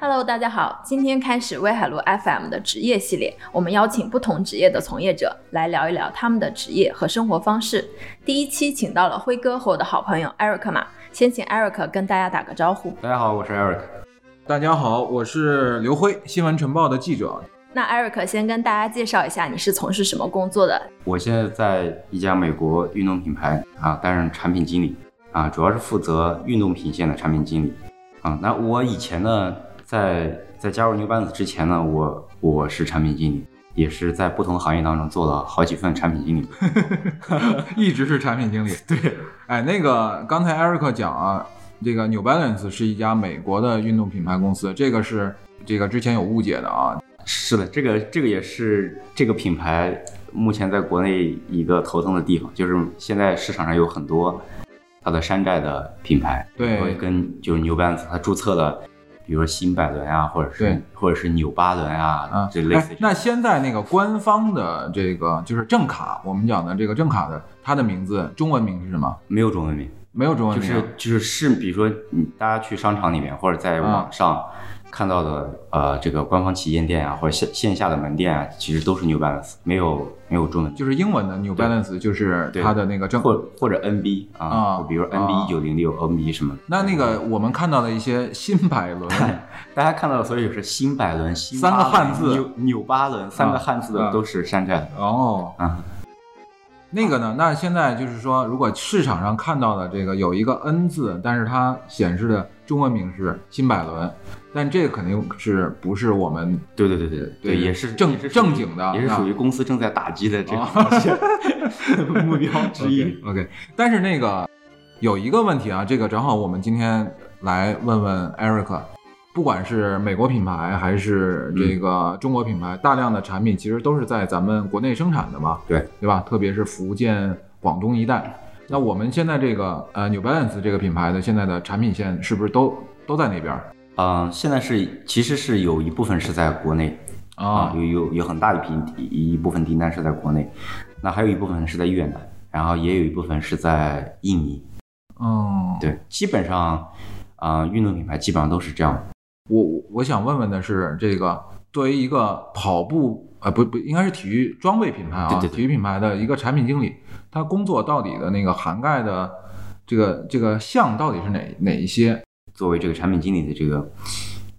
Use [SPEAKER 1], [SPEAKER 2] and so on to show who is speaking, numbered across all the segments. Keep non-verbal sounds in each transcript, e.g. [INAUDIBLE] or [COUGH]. [SPEAKER 1] Hello，大家好，今天开始威海路 FM 的职业系列，我们邀请不同职业的从业者来聊一聊他们的职业和生活方式。第一期请到了辉哥和我的好朋友 Eric 嘛，先请 Eric 跟大家打个招呼。
[SPEAKER 2] 大家好，我是 Eric。
[SPEAKER 3] 大家好，我是刘辉，新闻晨报的记者。 [LAUGHS]
[SPEAKER 1] 那 Eric 先跟大家介绍一下你是从事什么工作的。
[SPEAKER 2] 我现在在一家美国运动品牌啊担任产品经理啊，主要是负责运动品线的产品经理啊。那我以前呢，在在加入牛班子之前呢，我我是产品经理，也是在不同行业当中做了好几份产品经理。
[SPEAKER 3] 一直是产品经理。
[SPEAKER 2] 对，
[SPEAKER 3] 哎，那个刚才 Eric 讲啊，这个 New Balance 是一家美国的运动品牌公司，这个是这个之前有误解的啊。
[SPEAKER 2] 是的，这个这个也是这个品牌目前在国内一个头疼的地方，就是现在市场上有很多它的山寨的品牌，
[SPEAKER 3] 对
[SPEAKER 2] 然后跟就是 New Balance 它注册的，比如说新百伦啊，或者是
[SPEAKER 3] 对
[SPEAKER 2] 或者是纽巴伦啊，
[SPEAKER 3] 啊，
[SPEAKER 2] 这类似
[SPEAKER 3] 哎
[SPEAKER 2] 于。
[SPEAKER 3] 那现在那个官方的这个就是正卡，我们讲的这个正卡的，它的名字中文名是什么？
[SPEAKER 2] 没有中文名，
[SPEAKER 3] 没有中文
[SPEAKER 2] 就
[SPEAKER 3] 名，啊
[SPEAKER 2] 是就是是，比如说你大家去商场里面或者
[SPEAKER 3] 啊
[SPEAKER 2] 在网上看到的、呃这个官方旗舰店啊，或者线线下的门店啊，其实都是 New Balance，没有没有中文名。
[SPEAKER 3] 就是英文的 New Balance，就是
[SPEAKER 2] 对
[SPEAKER 3] 它的那个正。
[SPEAKER 2] 或或者 NB
[SPEAKER 3] 啊
[SPEAKER 2] 啊，比如
[SPEAKER 3] 啊
[SPEAKER 2] NB 一九零六、NB 什么的。
[SPEAKER 3] 那那个我们看到的一些新百
[SPEAKER 2] [LAUGHS]
[SPEAKER 3] 伦，
[SPEAKER 2] 大家看到的，所以是新百伦、新
[SPEAKER 3] 三个汉字
[SPEAKER 2] 纽纽巴伦三个汉字
[SPEAKER 3] 啊
[SPEAKER 2] 的都是山寨的
[SPEAKER 3] 哦，
[SPEAKER 2] 啊。
[SPEAKER 3] 那个呢？那现在就是说，如果市场上看到的这个有一个 N 字，但是它显示的中文名是新百伦，但这个肯定是不是我们
[SPEAKER 2] 对对对对对
[SPEAKER 3] 对
[SPEAKER 2] 也是
[SPEAKER 3] 正
[SPEAKER 2] 也是属于啊
[SPEAKER 3] 正经的
[SPEAKER 2] 也是属于公司正在打击的这个保险 [LAUGHS] 目标之一。
[SPEAKER 3] OK，, 但是那个有一个问题啊，这个正好我们今天来问问 Eric，不管是美国品牌还是这个中国品牌，大量的产品其实都是在咱们国内生产的嘛，
[SPEAKER 2] 对
[SPEAKER 3] 对吧？特别是福建、广东一带。那我们现在这个呃 New Balance 这个品牌的现在的产品线是不是都都在那边儿
[SPEAKER 2] 嗯、现在是其实是有一部分是在国内啊，有有有很大一批一部分订单是在国内，那还有一部分是在越南，然后也有一部分是在印尼。
[SPEAKER 3] 嗯，
[SPEAKER 2] 对，基本上，啊、运动品牌基本上都是这样。
[SPEAKER 3] 我我我想问问的是，这个作为一个跑步啊、呃不不，应该是体育装备品牌啊，
[SPEAKER 2] 对对对
[SPEAKER 3] 体育品牌的一个产品经理，他工作到底的那个涵盖的这个这个项到底是哪哪一些？
[SPEAKER 2] 作为这个产品经理的这个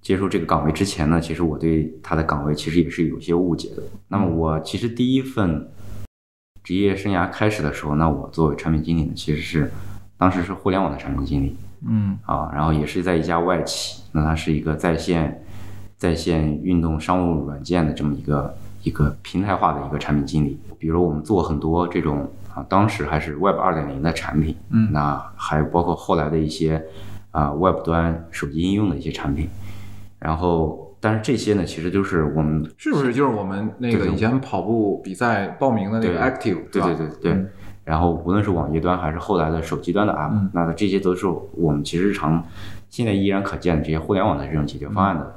[SPEAKER 2] 接触这个岗位之前呢，其实我对他的岗位其实也是有些误解的。那么我其实第一份职业生涯开始的时候，那我作为产品经理呢，其实是当时是互联网的产品经理
[SPEAKER 3] 嗯
[SPEAKER 2] 啊，然后也是在一家外企，那它是一个在线在线运动商务软件的这么一个一个平台化的一个产品经理。比如我们做很多这种啊，当时还是 Web 二点零的产品，
[SPEAKER 3] 嗯
[SPEAKER 2] 那还有包括后来的一些啊、Web 端手机应用的一些产品，然后但是这些呢，其实都是我们
[SPEAKER 3] 是不是就是我们那个
[SPEAKER 2] 对对
[SPEAKER 3] 以前跑步比赛报名的那个
[SPEAKER 2] 对
[SPEAKER 3] Active？
[SPEAKER 2] 对
[SPEAKER 3] 是吧
[SPEAKER 2] 对对对。
[SPEAKER 3] 嗯
[SPEAKER 2] 然后无论是网页端还是后来的手机端的 app，、
[SPEAKER 3] 嗯
[SPEAKER 2] 那这些都是我们其实日常现在依然可见的这些互联网的这种解决方案的、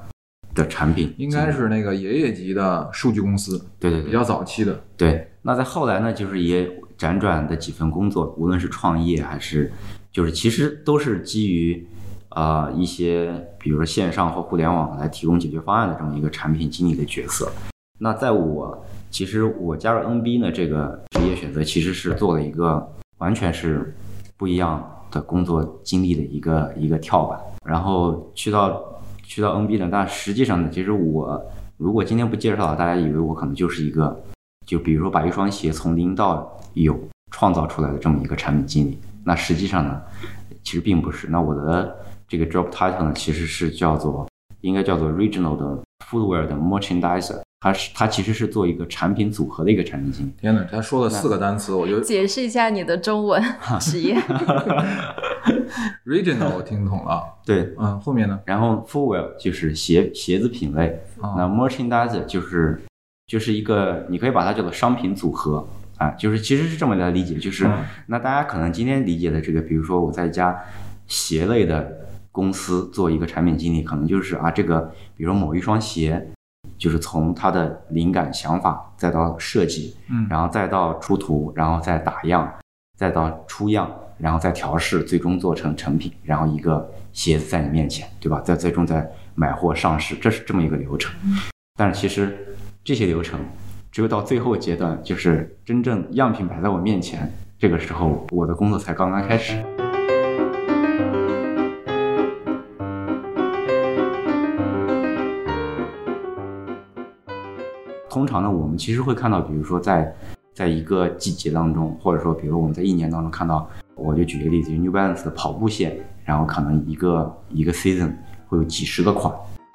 [SPEAKER 2] 的产品，
[SPEAKER 3] 嗯应该是那个爷爷级的数据公司，
[SPEAKER 2] 对对
[SPEAKER 3] 比
[SPEAKER 2] 对
[SPEAKER 3] 较早期的。
[SPEAKER 2] 对。那在后来呢，就是也辗转的几份工作，无论是创业还是就是其实都是基于啊、呃一些比如说线上或互联网来提供解决方案的这么一个产品经理的角色。那在我其实我加入 NB 呢这个职业选择，其实是做了一个完全是不一样的工作经历的一个一个跳板。然后去到去到 NB 呢，但实际上呢，其实我如果今天不介绍，大家以为我可能就是一个，就比如说把一双鞋从零到有创造出来的这么一个产品经理。那实际上呢，其实并不是。那我的这个 job title 呢，其实是叫做应该叫做 regional 的 footwear 的 merchandiser，它是它其实是做一个产品组合的一个产品经理。
[SPEAKER 3] 天哪，他说了四个单词，我觉得
[SPEAKER 1] 解释一下你的中文职业。 [LAUGHS]
[SPEAKER 3] Regional 我听懂了。
[SPEAKER 2] 对，
[SPEAKER 3] 嗯，后面呢？
[SPEAKER 2] 然后 footwear 就是鞋鞋子品类，那
[SPEAKER 3] 啊，
[SPEAKER 2] merchandise 就是就是一个，你可以把它叫做商品组合啊，就是其实是这么来理解，就是、
[SPEAKER 3] 嗯
[SPEAKER 2] 那大家可能今天理解的这个，比如说我在一家鞋类的公司做一个产品经理，可能就是啊这个，比如说某一双鞋，就是从它的灵感想法再到设计，
[SPEAKER 3] 嗯，
[SPEAKER 2] 然后再到出图，然后再打样，再到出样，然后再调试，最终做成成品，然后一个鞋子在你面前，对吧？再最终再买货上市，这是这么一个流程。但是其实这些流程，只有到最后阶段，就是真正样品摆在我面前，这个时候我的工作才刚刚开始。通常呢，我们其实会看到，比如说在在一个季节当中，或者说比如我们在一年当中看到，我就举一个例子，就 New Balance 的跑步鞋，然后可能一个一个 season 会有几十个款，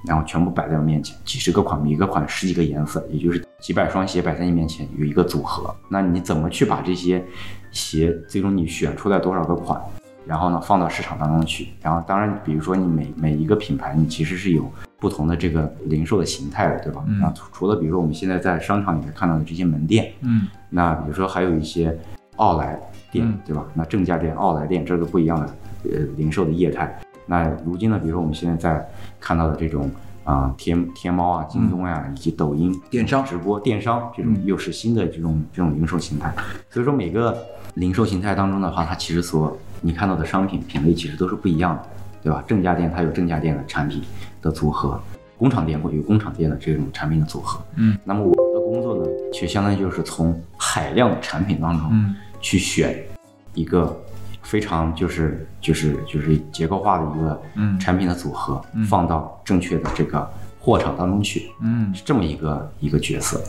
[SPEAKER 2] 然后全部摆在我面前，几十个款，每个款十几个颜色，也就是几百双鞋摆在你面前有一个组合。那你怎么去把这些鞋最终你选出来多少个款，然后呢放到市场当中去？然后当然，比如说你每每一个品牌，你其实是有不同的这个零售的形态的，对吧？
[SPEAKER 3] 嗯
[SPEAKER 2] 那除除了比如说我们现在在商场里面看到的这些门店，
[SPEAKER 3] 嗯
[SPEAKER 2] 那比如说还有一些奥莱店，
[SPEAKER 3] 嗯
[SPEAKER 2] 对吧？那正价店、奥莱店，这个不一样的呃零售的业态。那如今呢，比如说我们现在在看到的这种啊、天天猫啊、京东呀、以及抖音
[SPEAKER 3] 电商
[SPEAKER 2] 直播、电商这种
[SPEAKER 3] 嗯
[SPEAKER 2] 又是新的这种这种零售形态。所以说每个零售形态当中的话，它其实所你看到的商品品类其实都是不一样的，对吧？正价店它有正价店的产品的组合，工厂店会有工厂店的这种产品的组合。
[SPEAKER 3] 嗯，
[SPEAKER 2] 那么我的工作呢，其实相当于就是从海量的产品当中
[SPEAKER 3] 嗯
[SPEAKER 2] 去选一个非常就是就是就是结构化的一个
[SPEAKER 3] 嗯
[SPEAKER 2] 产品的组合，
[SPEAKER 3] 嗯
[SPEAKER 2] 放到正确的这个货场当中去。
[SPEAKER 3] 嗯
[SPEAKER 2] 是这么一个一个角色。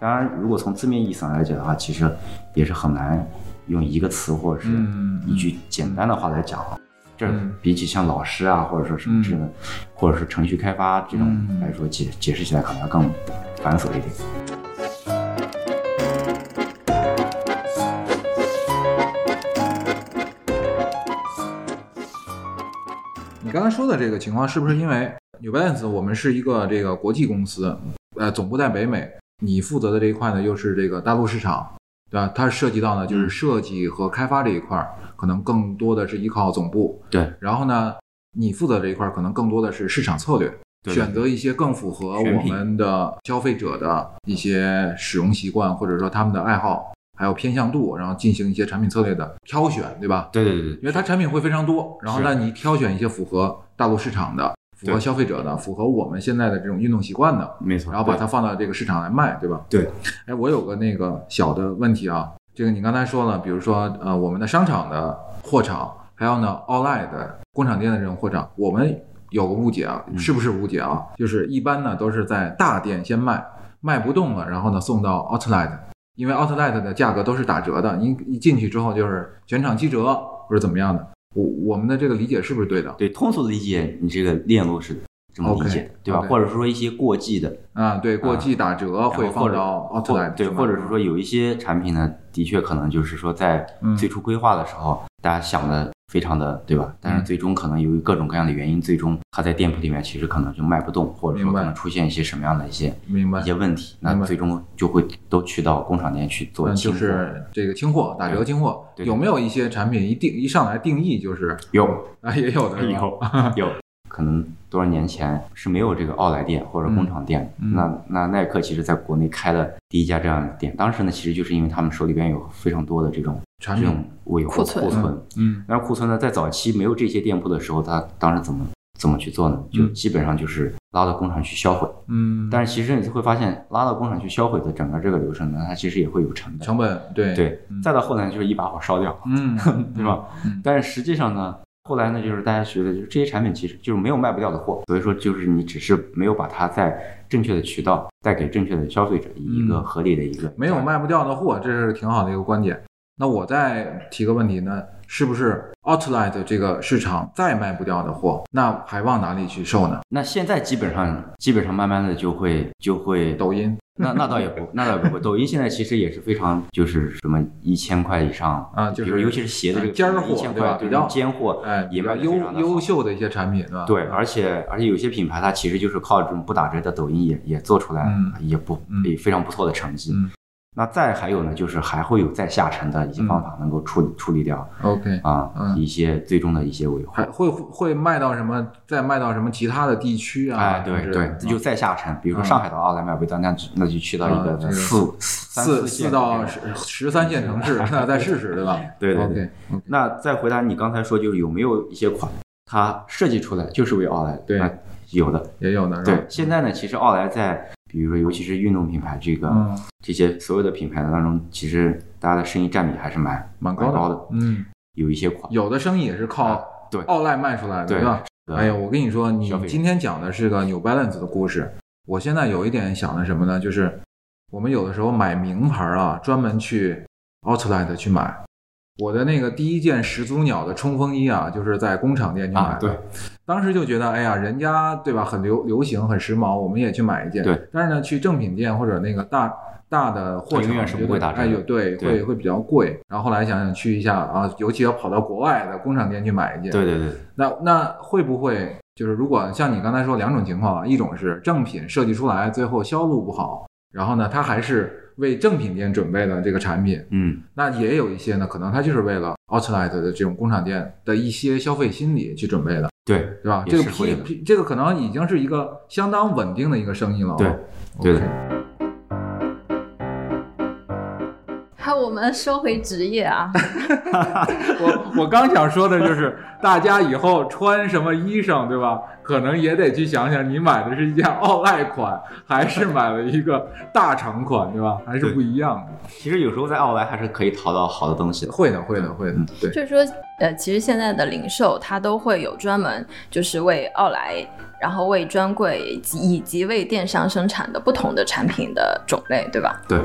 [SPEAKER 2] 当然，如果从字面意义上来讲的话，其实也是很难用一个词或者是
[SPEAKER 3] 嗯
[SPEAKER 2] 一句简单的话来讲。啊这
[SPEAKER 3] 嗯
[SPEAKER 2] 比起像老师啊，或者说什么
[SPEAKER 3] 嗯
[SPEAKER 2] 之类的，或者是程序开发这种
[SPEAKER 3] 嗯
[SPEAKER 2] 来说，解解释起来可能要更繁琐一点。
[SPEAKER 3] 你刚才说的这个情况，是不是因为 New Balance 我们是一个这个国际公司，呃，总部在北美，你负责的这一块呢又是这个大陆市场，对吧？它涉及到呢
[SPEAKER 2] 嗯
[SPEAKER 3] 就是设计和开发这一块儿，可能更多的是依靠总部，
[SPEAKER 2] 对，
[SPEAKER 3] 然后呢，你负责这一块儿可能更多的是市场策略，
[SPEAKER 2] 对
[SPEAKER 3] 选择一些更符合
[SPEAKER 2] 选
[SPEAKER 3] 我
[SPEAKER 2] 品
[SPEAKER 3] 们的消费者的一些使用习惯，或者说他们的爱好，还有偏向度，然后进行一些产品策略的挑选，对吧？
[SPEAKER 2] 对对对对
[SPEAKER 3] 因为它产品会非常多，然
[SPEAKER 2] 嗯
[SPEAKER 3] 后
[SPEAKER 2] 是
[SPEAKER 3] 让你挑选一些符合大陆市场的、符合
[SPEAKER 2] 对
[SPEAKER 3] 消费者的、符合我们现在的这种运动习惯的，
[SPEAKER 2] 没错。
[SPEAKER 3] 然后把
[SPEAKER 2] 对
[SPEAKER 3] 它放到这个市场来卖，对吧？
[SPEAKER 2] 对。
[SPEAKER 3] 哎，我有个那个小的问题啊，这个你刚才说了，比如说呃，我们的商场的货场，还有呢奥莱的工厂店的这种货场，我们有个误解啊，
[SPEAKER 2] 嗯
[SPEAKER 3] 是不是误解啊？就是一般呢都是在大店先卖，卖不动了，然后呢送到 outlet，因为 outlet 的价格都是打折的，你一进去之后就是全场七折或者怎么样的。我我们的这个理解是不是对的？
[SPEAKER 2] 对通俗的理解，你这个链路是这么理解的
[SPEAKER 3] OK，
[SPEAKER 2] 对吧
[SPEAKER 3] OK
[SPEAKER 2] 或者说一些过季的，
[SPEAKER 3] 啊，对，过
[SPEAKER 2] 啊
[SPEAKER 3] 季打折会
[SPEAKER 2] 然后或
[SPEAKER 3] 放
[SPEAKER 2] 者
[SPEAKER 3] 到
[SPEAKER 2] 或
[SPEAKER 3] outlet，
[SPEAKER 2] 对，
[SPEAKER 3] 是吗
[SPEAKER 2] 或者是说有一些产品呢，的确可能就是说在
[SPEAKER 3] 嗯
[SPEAKER 2] 最初规划的时候，大家想的非常的对吧？但是
[SPEAKER 3] 嗯
[SPEAKER 2] 最终可能由于各种各样的原因，最终它在店铺里面其实可能就卖不动，或者说
[SPEAKER 3] 明白
[SPEAKER 2] 可能出现一些什么样的一些
[SPEAKER 3] 明白
[SPEAKER 2] 一些问题，那
[SPEAKER 3] 明白
[SPEAKER 2] 最终就会都去到工厂店去做
[SPEAKER 3] 嗯，
[SPEAKER 2] 清
[SPEAKER 3] 就
[SPEAKER 2] 货。
[SPEAKER 3] 是这个清货、打折
[SPEAKER 2] 对
[SPEAKER 3] 清货，
[SPEAKER 2] 对对
[SPEAKER 3] 有没有一些产品一定一上来定义就是
[SPEAKER 2] 有
[SPEAKER 3] 啊，也有的是吧？
[SPEAKER 2] [LAUGHS]
[SPEAKER 3] [LAUGHS]
[SPEAKER 2] 有有，可能多少年前是没有这个奥莱店或者工厂店的。
[SPEAKER 3] 嗯嗯
[SPEAKER 2] 那那耐克其实在国内开了第一家这样的店，当时呢，其实就是因为他们手里边有非常多的这种
[SPEAKER 3] 产
[SPEAKER 2] 这
[SPEAKER 3] 品
[SPEAKER 2] 种尾货
[SPEAKER 1] 库存
[SPEAKER 2] 库存，
[SPEAKER 3] 嗯
[SPEAKER 2] 但是库存呢，在早期没有这些店铺的时候，它当时怎么怎么去做呢？就
[SPEAKER 3] 嗯
[SPEAKER 2] 基本上就是拉到工厂去销毁。
[SPEAKER 3] 嗯，
[SPEAKER 2] 但是其实你就会发现，拉到工厂去销毁的整个这个流程呢，它其实也会有成本。
[SPEAKER 3] 成本对
[SPEAKER 2] 对，
[SPEAKER 3] 嗯
[SPEAKER 2] 再到后来就是一把火烧掉， [LAUGHS]
[SPEAKER 3] 嗯
[SPEAKER 2] 对吧？
[SPEAKER 3] 嗯
[SPEAKER 2] 但是实际上呢，后来呢，就是大家觉得就是这些产品其实就是没有卖不掉的货，所以说就是你只是没有把它在正确的渠道带给正确的消费者一个
[SPEAKER 3] 嗯
[SPEAKER 2] 合理的一个、
[SPEAKER 3] 没有卖不掉的货，这是挺好的一个观点。那我再提个问题呢，是不是 outlet 这个市场再卖不掉的货，那还往哪里去售呢？
[SPEAKER 2] 那现在基本上基本上慢慢的就会就会
[SPEAKER 3] 抖音 [LAUGHS]
[SPEAKER 2] 那那倒也不，那倒也不会。抖音现在其实也是非常，就是什么一千块以上
[SPEAKER 3] 啊就是
[SPEAKER 2] 比如尤其是鞋的这个
[SPEAKER 3] 尖儿货
[SPEAKER 2] 一千
[SPEAKER 3] 对吧
[SPEAKER 2] 块
[SPEAKER 3] 比较
[SPEAKER 2] 尖货，
[SPEAKER 3] 哎，比
[SPEAKER 2] 也
[SPEAKER 3] 较
[SPEAKER 2] 卖得
[SPEAKER 3] 优
[SPEAKER 2] 非常的好
[SPEAKER 3] 优。秀的一些产品，对吧？
[SPEAKER 2] 对，而且而且有些品牌它其实就是靠这种不打折的抖音也也做出来，
[SPEAKER 3] 嗯
[SPEAKER 2] 也不
[SPEAKER 3] 嗯
[SPEAKER 2] 也非常不错的成绩。
[SPEAKER 3] 嗯
[SPEAKER 2] 那再还有呢，就是还会有再下沉的一些方法能够处理、处理掉
[SPEAKER 3] ，OK，
[SPEAKER 2] 啊、
[SPEAKER 3] 嗯
[SPEAKER 2] 一些最终的一些维护
[SPEAKER 3] 还。会会卖到什么？再卖到什么其他的地区啊？
[SPEAKER 2] 哎，对
[SPEAKER 3] 是
[SPEAKER 2] 对，就再下沉，
[SPEAKER 3] 嗯
[SPEAKER 2] 比如说上海的奥莱买不到，那那就去到一
[SPEAKER 3] 啊这
[SPEAKER 2] 个
[SPEAKER 3] 个
[SPEAKER 2] 四三
[SPEAKER 3] 四
[SPEAKER 2] 线
[SPEAKER 3] 四到
[SPEAKER 2] 这
[SPEAKER 3] 十
[SPEAKER 2] 种
[SPEAKER 3] 十三线城市，那再试试，对吧？
[SPEAKER 2] 对对
[SPEAKER 3] o
[SPEAKER 2] 对
[SPEAKER 3] k
[SPEAKER 2] 那再回答你刚才说，就是有没有一些款它设计出来就是为奥莱的？
[SPEAKER 3] 对
[SPEAKER 2] 那有的。
[SPEAKER 3] 也有呢，是吧
[SPEAKER 2] 对，现在呢，其实奥莱在比如说尤其是运动品牌这个、
[SPEAKER 3] 嗯，
[SPEAKER 2] 这些所有的品牌当中，其实大家的生意占比还是蛮
[SPEAKER 3] 蛮
[SPEAKER 2] 高
[SPEAKER 3] 高的，
[SPEAKER 2] 的。
[SPEAKER 3] 嗯，
[SPEAKER 2] 有一些款，
[SPEAKER 3] 有的生意也是
[SPEAKER 2] 啊
[SPEAKER 3] 靠
[SPEAKER 2] 对
[SPEAKER 3] 奥莱卖出来的，
[SPEAKER 2] 对
[SPEAKER 3] 对吧？
[SPEAKER 2] 的
[SPEAKER 3] 哎呀，我跟你说，你
[SPEAKER 2] 消费者
[SPEAKER 3] 今天讲的是个 New Balance 的故事。我现在有一点想的什么呢？就是我们有的时候买名牌啊，专门去 Outlet 去买。我的那个第一件始祖鸟的冲锋衣啊，就是在工厂店去买
[SPEAKER 2] 啊，
[SPEAKER 3] 的。
[SPEAKER 2] 对，
[SPEAKER 3] 当时就觉得，哎呀，人家对吧，很流流行，很时髦，我们也去买一件。
[SPEAKER 2] 对。
[SPEAKER 3] 但是呢，去正品店或者那个大大的货
[SPEAKER 2] 它
[SPEAKER 3] 场，
[SPEAKER 2] 永远是不
[SPEAKER 3] 觉得
[SPEAKER 2] 会打折的
[SPEAKER 3] 哎呦，对，
[SPEAKER 2] 对
[SPEAKER 3] 会会比较贵。然后后来想想去一下啊，尤其要跑到国外的工厂店去买一件。
[SPEAKER 2] 对对对，
[SPEAKER 3] 那那会不会就是如果像你刚才说两种情况啊，一种是正品设计出来最后销路不好，然后呢，它还是为正品店准备的这个产品，
[SPEAKER 2] 嗯，
[SPEAKER 3] 那也有一些呢，可能它就是为了 outlet 的这种工厂店的一些消费心理去准备的，
[SPEAKER 2] 对
[SPEAKER 3] 对吧？
[SPEAKER 2] 也
[SPEAKER 3] 这个
[SPEAKER 2] 是会
[SPEAKER 3] P
[SPEAKER 2] 的
[SPEAKER 3] P 这个可能已经是一个相当稳定的一个生意了。啊
[SPEAKER 2] 对
[SPEAKER 3] OK
[SPEAKER 2] 对的。
[SPEAKER 1] 还有我们说回职业啊，
[SPEAKER 3] 我我刚想说的就是，大家以后穿什么衣裳，对吧？可能也得去想想，你买的是一件奥莱款，还是买了一个大厂款，对吧？还是不一样的。
[SPEAKER 2] 其实有时候在奥莱还是可以淘到好的东西的。
[SPEAKER 3] 会的，会的，会的
[SPEAKER 2] 嗯。
[SPEAKER 3] 对，
[SPEAKER 1] 就是说，呃，其实现在的零售它都会有专门就是为奥莱，然后为专柜及以及为电商生产的不同的产品的种类，对吧？
[SPEAKER 2] 对，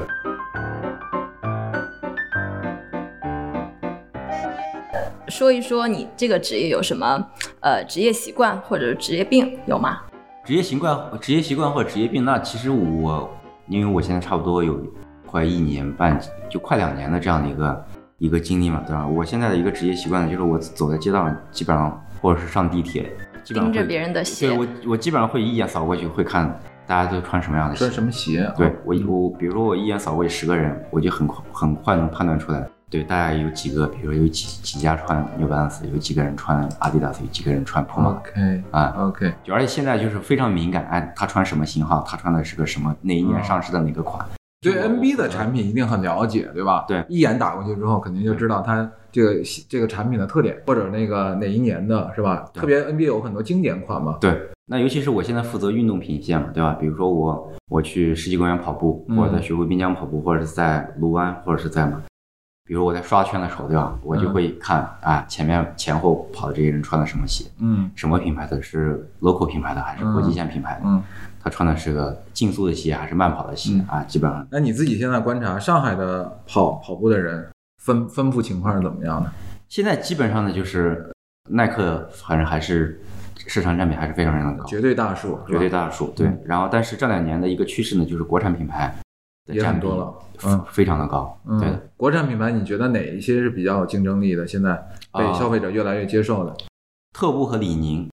[SPEAKER 1] 说一说你这个职业有什么呃职业习惯或者职业病有吗？
[SPEAKER 2] 职业习惯、职业习惯或者职业病，那其实我，因为我现在差不多有快一年半，就快两年的这样的一个一个经历嘛，对吧？我现在的一个职业习惯呢，就是我走在街道上，基本上或者是上地铁，基本上
[SPEAKER 1] 盯
[SPEAKER 2] 会
[SPEAKER 1] 着别人的鞋
[SPEAKER 2] 对我，我基本上会一眼扫过去，会看大家都穿什么样的鞋
[SPEAKER 3] 穿。什么鞋？啊
[SPEAKER 1] 嗯
[SPEAKER 2] 对我一，我比如说我一眼扫过去十个人，我就很快很快能判断出来，对大概有几个，比如说有几几家穿 New Balance，有几个人穿 Adidas，有几个人穿
[SPEAKER 1] 嗯
[SPEAKER 2] Puma
[SPEAKER 3] ，OK，OK，、
[SPEAKER 2] 啊、就而且现在就是非常敏感，哎，他穿什么型号，他穿的是个什么，哪一
[SPEAKER 3] 嗯
[SPEAKER 2] 年上市的哪个款，
[SPEAKER 3] 对 NB 的产品一定很了解，对吧？
[SPEAKER 2] 对
[SPEAKER 3] 一眼打过去之后，肯定就知道它这个这个产品的特点，或者那个哪一年的，是吧？
[SPEAKER 2] 对
[SPEAKER 3] 特别 NB 有很多经典款嘛。
[SPEAKER 2] 对。那尤其是我现在负责运动品线嘛，对吧？比如说我我去世纪公园跑步，
[SPEAKER 3] 嗯
[SPEAKER 2] 或者在徐汇滨江跑步，或者是在卢湾，或者是在嘛，比如我在刷圈的时候，对吧？我就
[SPEAKER 3] 嗯
[SPEAKER 2] 会看啊、哎前面前后跑的这些人穿的什么鞋，
[SPEAKER 3] 嗯
[SPEAKER 2] 什么品牌的，是 local 品牌的还是国际线品牌的？
[SPEAKER 3] 嗯。
[SPEAKER 2] 他穿的是个竞速的鞋还是慢跑的鞋、
[SPEAKER 3] 嗯
[SPEAKER 2] 啊？基本上
[SPEAKER 3] 那你自己现在观察上海的跑跑步的人分分布情况是怎么样的？
[SPEAKER 2] 现在基本上呢，就是耐克，反正还是市场占比还是非常非常的高，
[SPEAKER 3] 绝对大数，
[SPEAKER 2] 绝对
[SPEAKER 3] 大
[SPEAKER 2] 大数。对
[SPEAKER 3] 嗯，
[SPEAKER 2] 然后但是这两年的一个趋势呢，就是国产品牌的
[SPEAKER 3] 也
[SPEAKER 2] 占
[SPEAKER 3] 很
[SPEAKER 2] 比
[SPEAKER 3] 多了，嗯
[SPEAKER 2] 非非常的高。
[SPEAKER 3] 嗯，
[SPEAKER 2] 对的，
[SPEAKER 3] 国产品牌你觉得哪一些是比较有竞争力的？现在被
[SPEAKER 2] 啊
[SPEAKER 3] 消费者越来越接受的？
[SPEAKER 2] 特步和李宁，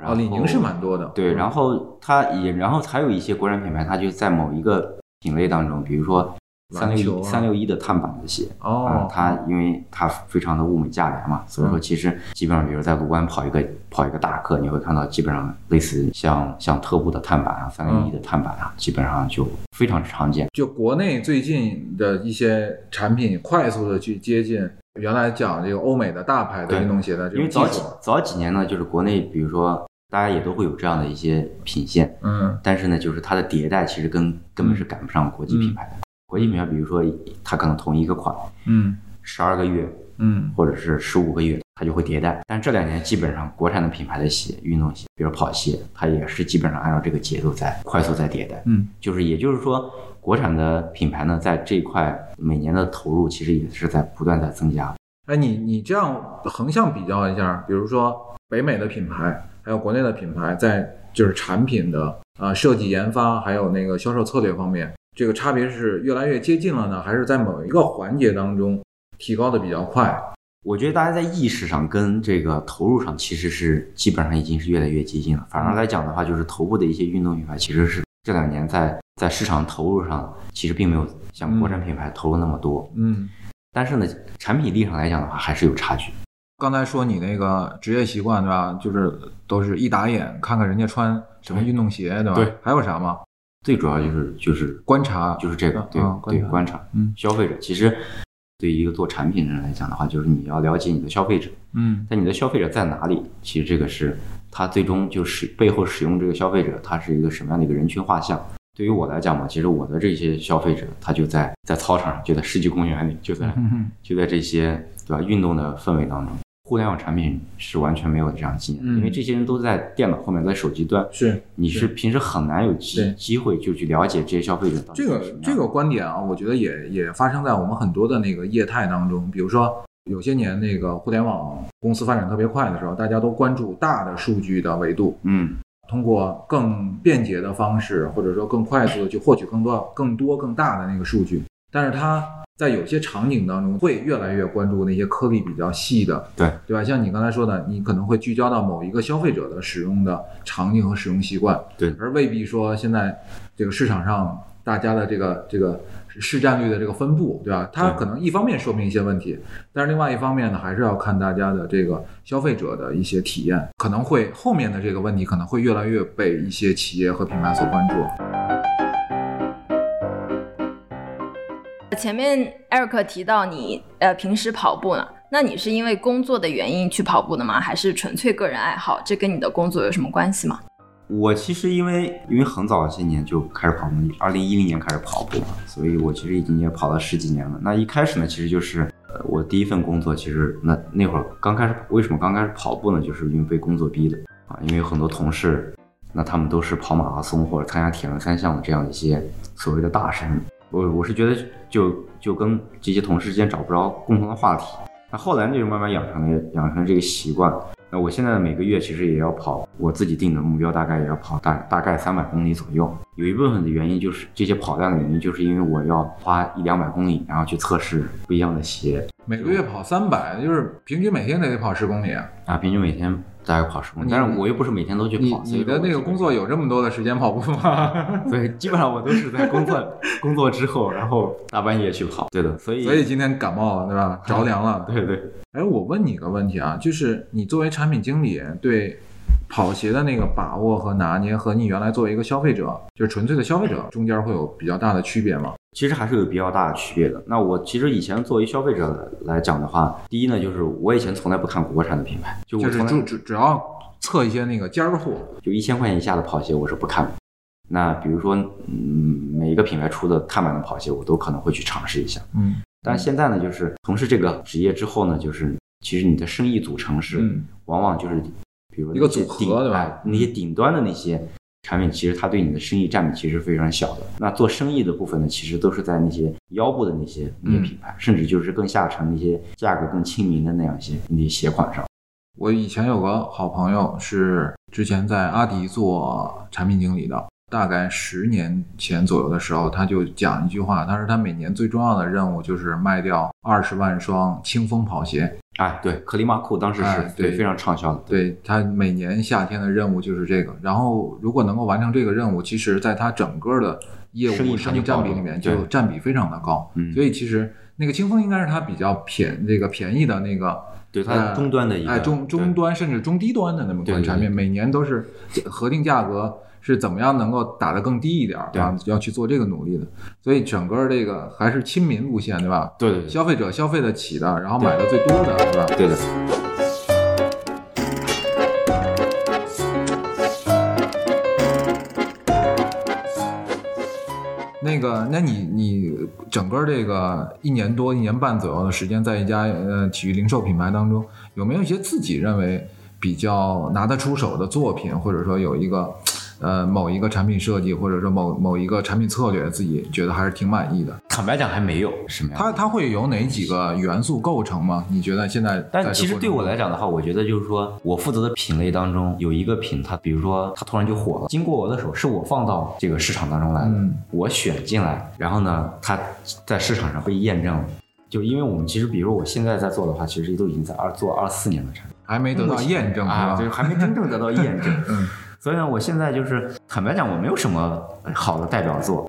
[SPEAKER 2] 然
[SPEAKER 3] 哦，
[SPEAKER 2] 后
[SPEAKER 3] 李宁是嗯蛮多的，
[SPEAKER 2] 对，然后它也，然后还有一些国产品牌，它就在某一个品类当中，比如说三
[SPEAKER 3] 篮球
[SPEAKER 2] 六
[SPEAKER 3] 啊
[SPEAKER 2] 一三六一的碳板的鞋。啊
[SPEAKER 3] 哦，，嗯
[SPEAKER 2] 它因为它非常的物美价廉嘛，所以说其实基本上，比如在卢湾跑一个跑一个大课，你会看到基本上类似像像特步的碳板啊、三零一
[SPEAKER 3] 嗯
[SPEAKER 2] 的碳板啊，基本上就非常常见。
[SPEAKER 3] 就国内最近的一些产品快速的去接近原来讲这个欧美的大牌的
[SPEAKER 2] 对
[SPEAKER 3] 运动鞋的这
[SPEAKER 2] 因为
[SPEAKER 3] 种
[SPEAKER 2] 早
[SPEAKER 3] 技
[SPEAKER 2] 几
[SPEAKER 3] 术，啊
[SPEAKER 2] 早几年呢，就是国内比如说大家也都会有这样的一些品线，
[SPEAKER 3] 嗯
[SPEAKER 2] 但是呢，就是它的迭代其实根根本是赶不上国际品牌的。国际品牌比如说它可能同一个款
[SPEAKER 3] 嗯
[SPEAKER 2] 十二个月
[SPEAKER 3] 嗯
[SPEAKER 2] 或者是十五个月，它就会迭代。但这两年基本上国产的品牌的鞋，运动鞋，比如跑鞋，它也是基本上按照这个节奏在快速在迭代。
[SPEAKER 3] 嗯，
[SPEAKER 2] 就是也就是说，国产的品牌呢，在这一块每年的投入其实也是在不断在增加。
[SPEAKER 3] 哎，你你这样横向比较一下，比如说北美的品牌，还有国内的品牌，在就是产品的啊、呃设计研发，还有那个销售策略方面，这个差别是越来越接近了呢，还是在某一个环节当中提高的比较快？
[SPEAKER 2] 我觉得大家在意识上跟这个投入上，其实是基本上已经是越来越接近了。反而来讲的话，就是头部的一些运动品牌，其实是这两年在在市场投入上其实并没有像国产品牌投入那么多，
[SPEAKER 3] 嗯，
[SPEAKER 2] 但是呢，产品力上来讲的话，还是有差距。
[SPEAKER 3] 刚才说你那个职业习惯对吧？就是都是一打眼看看人家穿什么运动鞋对吧？
[SPEAKER 2] 对，
[SPEAKER 3] 还有啥吗？
[SPEAKER 2] 最主要就是就是
[SPEAKER 3] 观察
[SPEAKER 2] 就是这个，对、
[SPEAKER 3] 啊
[SPEAKER 2] 对，
[SPEAKER 3] 观察
[SPEAKER 2] 观察，
[SPEAKER 3] 嗯
[SPEAKER 2] 消费者其实对于一个做产品的人来讲的话，就是你要了解你的消费者，
[SPEAKER 3] 嗯 [LAUGHS]
[SPEAKER 2] 但你的消费者在哪里？其实这个是他最终就是背后使用这个消费者，他是一个什么样的一个人群画像？对于我来讲嘛，其实我的这些消费者，他就在在操场上，就在世纪公园里，就在
[SPEAKER 3] 嗯哼
[SPEAKER 2] 就在这些对吧运动的氛围当中。互联网产品是完全没有这样经验的，
[SPEAKER 3] 嗯
[SPEAKER 2] 因为这些人都在电脑后面，在手机端，
[SPEAKER 3] 是
[SPEAKER 2] 你是平时很难有机
[SPEAKER 3] 对
[SPEAKER 2] 机会就去了解这些消费者到底
[SPEAKER 3] 这
[SPEAKER 2] 啊是什么样
[SPEAKER 3] 个
[SPEAKER 2] 的
[SPEAKER 3] 这个观点啊，我觉得也也发生在我们很多的那个业态当中，比如说。有些年，那个互联网公司发展特别快的时候，大家都关注大的数据的维度，
[SPEAKER 2] 嗯
[SPEAKER 3] 通过更便捷的方式，或者说更快速的去获取更多、更多、更大的那个数据。但是它在有些场景当中会越来越关注那些颗粒比较细的，
[SPEAKER 2] 对
[SPEAKER 3] 对吧？像你刚才说的，你可能会聚焦到某一个消费者的使用的场景和使用习惯，
[SPEAKER 2] 对
[SPEAKER 3] 而未必说现在这个市场上大家的这个这个市占率的这个分布，对吧？它
[SPEAKER 2] 对
[SPEAKER 3] 可能一方面说明一些问题，但是另外一方面呢，还是要看大家的这个消费者的一些体验，可能会后面的这个问题可能会越来越被一些企业和品牌所关注。
[SPEAKER 1] 前面 Eric 提到你呃平时跑步呢，那你是因为工作的原因去跑步的吗？还是纯粹个人爱好？这跟你的工作有什么关系吗？
[SPEAKER 2] 我其实因为因为很早些年就开始跑步，二零一零年开始跑步嘛，所以我其实已经也跑了十几年了。那一开始呢，其实就是呃我第一份工作，其实那那会儿刚开始为什么刚开始跑步呢？就是因为被工作逼的啊，因为有很多同事，那他们都是跑马拉松或者参加铁人三项的这样一些所谓的大神，我我是觉得就就跟这些同事之间找不着共同的话题。那后来呢，就是慢慢养成了养成了这个习惯，那我现在每个月其实也要跑，我自己定的目标大概也要跑大大概三百公里左右。有一部分的原因就是这些跑量的原因，就是因为我要花一两百公里，然后去测试不一样的鞋
[SPEAKER 3] 每个月跑三百，就是平均每天得跑十公里。
[SPEAKER 2] 啊，平均每天大概跑十公里。
[SPEAKER 3] 你
[SPEAKER 2] 但是我又不是每天都去
[SPEAKER 3] 你
[SPEAKER 2] 跑，所以
[SPEAKER 3] 你的
[SPEAKER 2] 我
[SPEAKER 3] 那
[SPEAKER 2] 基
[SPEAKER 3] 个
[SPEAKER 2] 本
[SPEAKER 3] 工作
[SPEAKER 2] 上
[SPEAKER 3] 有这么多的时间跑步吗？
[SPEAKER 2] [LAUGHS] 对，基本上我都是在工
[SPEAKER 3] [LAUGHS]
[SPEAKER 2] 作工作之后，然后大半夜去跑。对的，所以
[SPEAKER 3] 所以今天感冒了，对吧？着凉了，
[SPEAKER 2] 对对
[SPEAKER 3] 哎，我问你个问题啊，就是你作为产品经理对跑鞋的那个把握和拿捏，和你原来作为一个消费者，就是纯粹的消费者中间会有比较大的区别吗？
[SPEAKER 2] 其实还是有比较大的区别的。那我其实以前作为消费者来讲的话，第一呢，就是我以前从来不看国产的品牌，就我
[SPEAKER 3] 就是
[SPEAKER 2] 从来
[SPEAKER 3] 主主主要测一些那个尖儿货，
[SPEAKER 2] 就一千块钱以下的跑鞋我是不看的。那比如说，嗯，每一个品牌出的碳板的跑鞋，我都可能会去尝试一下。
[SPEAKER 3] 嗯
[SPEAKER 2] 但是现在呢，就是从事这个职业之后呢，就是其实你的生意组成是、
[SPEAKER 3] 嗯
[SPEAKER 2] 往往就是，比如
[SPEAKER 3] 一个
[SPEAKER 2] 那些
[SPEAKER 3] 组合
[SPEAKER 2] 顶
[SPEAKER 3] 对吧嗯
[SPEAKER 2] 哎那些顶端的那些产品，其实它对你的生意占比其实非常小的。那做生意的部分呢，其实都是在那些腰部的那些那些
[SPEAKER 3] 嗯
[SPEAKER 2] 品牌，甚至就是更下沉那些价格更亲民的那样一些那些鞋款上。
[SPEAKER 3] 我以前有个好朋友是之前在阿迪做产品经理的，大概十年前左右的时候，他就讲一句话，他说他每年最重要的任务就是卖掉二十万双清风跑鞋。
[SPEAKER 2] 哎，对，克里马库当时是、
[SPEAKER 3] 哎对
[SPEAKER 2] 非常畅销的。
[SPEAKER 3] 对他每年夏天的任务就是这个，然后如果能够完成这个任务，其实在他整个的业
[SPEAKER 2] 生意
[SPEAKER 3] 务
[SPEAKER 2] 上
[SPEAKER 3] 生
[SPEAKER 2] 就
[SPEAKER 3] 意占
[SPEAKER 2] 高
[SPEAKER 3] 比
[SPEAKER 2] 了
[SPEAKER 3] 里面
[SPEAKER 2] 对
[SPEAKER 3] 就占比非常的高，
[SPEAKER 2] 嗯
[SPEAKER 3] 所以其实那个清风应该是他比较便这个便宜的那个，
[SPEAKER 2] 对它
[SPEAKER 3] 呃
[SPEAKER 2] 终端的一个
[SPEAKER 3] 哎中
[SPEAKER 2] 对
[SPEAKER 3] 中端甚至中低端的那么
[SPEAKER 2] 对
[SPEAKER 3] 款
[SPEAKER 2] 对
[SPEAKER 3] 产品，
[SPEAKER 2] 对
[SPEAKER 3] 每年都是核定价格。是怎么样能够打得更低一点儿
[SPEAKER 2] 对
[SPEAKER 3] 啊？要去做这个努力的，所以整个这个还是亲民路线，对吧？
[SPEAKER 2] 对对对
[SPEAKER 3] 消费者消费得起的，然后买的最多的，对吧？
[SPEAKER 2] 对的。
[SPEAKER 3] 那个，那你你整个这个一年多、一年半左右的时间，在一家呃体育零售品牌当中，有没有一些自己认为比较拿得出手的作品，或者说有一个呃某一个产品设计，或者说某某一个产品策略，自己觉得还是挺满意的？
[SPEAKER 2] 坦白讲还没有什么样的。
[SPEAKER 3] 它它会有哪几个元素构成吗？你觉得现在？
[SPEAKER 2] 但其实对我来，讲的话，我觉得就是说我负责的品类当中有一个品，它比如说它突然就火了，经过我的手，是我放到这个市场当中来的，
[SPEAKER 3] 嗯
[SPEAKER 2] 我选进来，然后呢，它在市场上被验证了。就因为我们其实，比如说我现在在做的话，其实都已经在二做二四年的产品
[SPEAKER 3] 还没得到验证是吧？
[SPEAKER 2] 啊啊，就是还没真正得到验证。
[SPEAKER 3] [LAUGHS] 嗯，
[SPEAKER 2] 所以呢，我现在就是坦白讲，我没有什么好的代表作。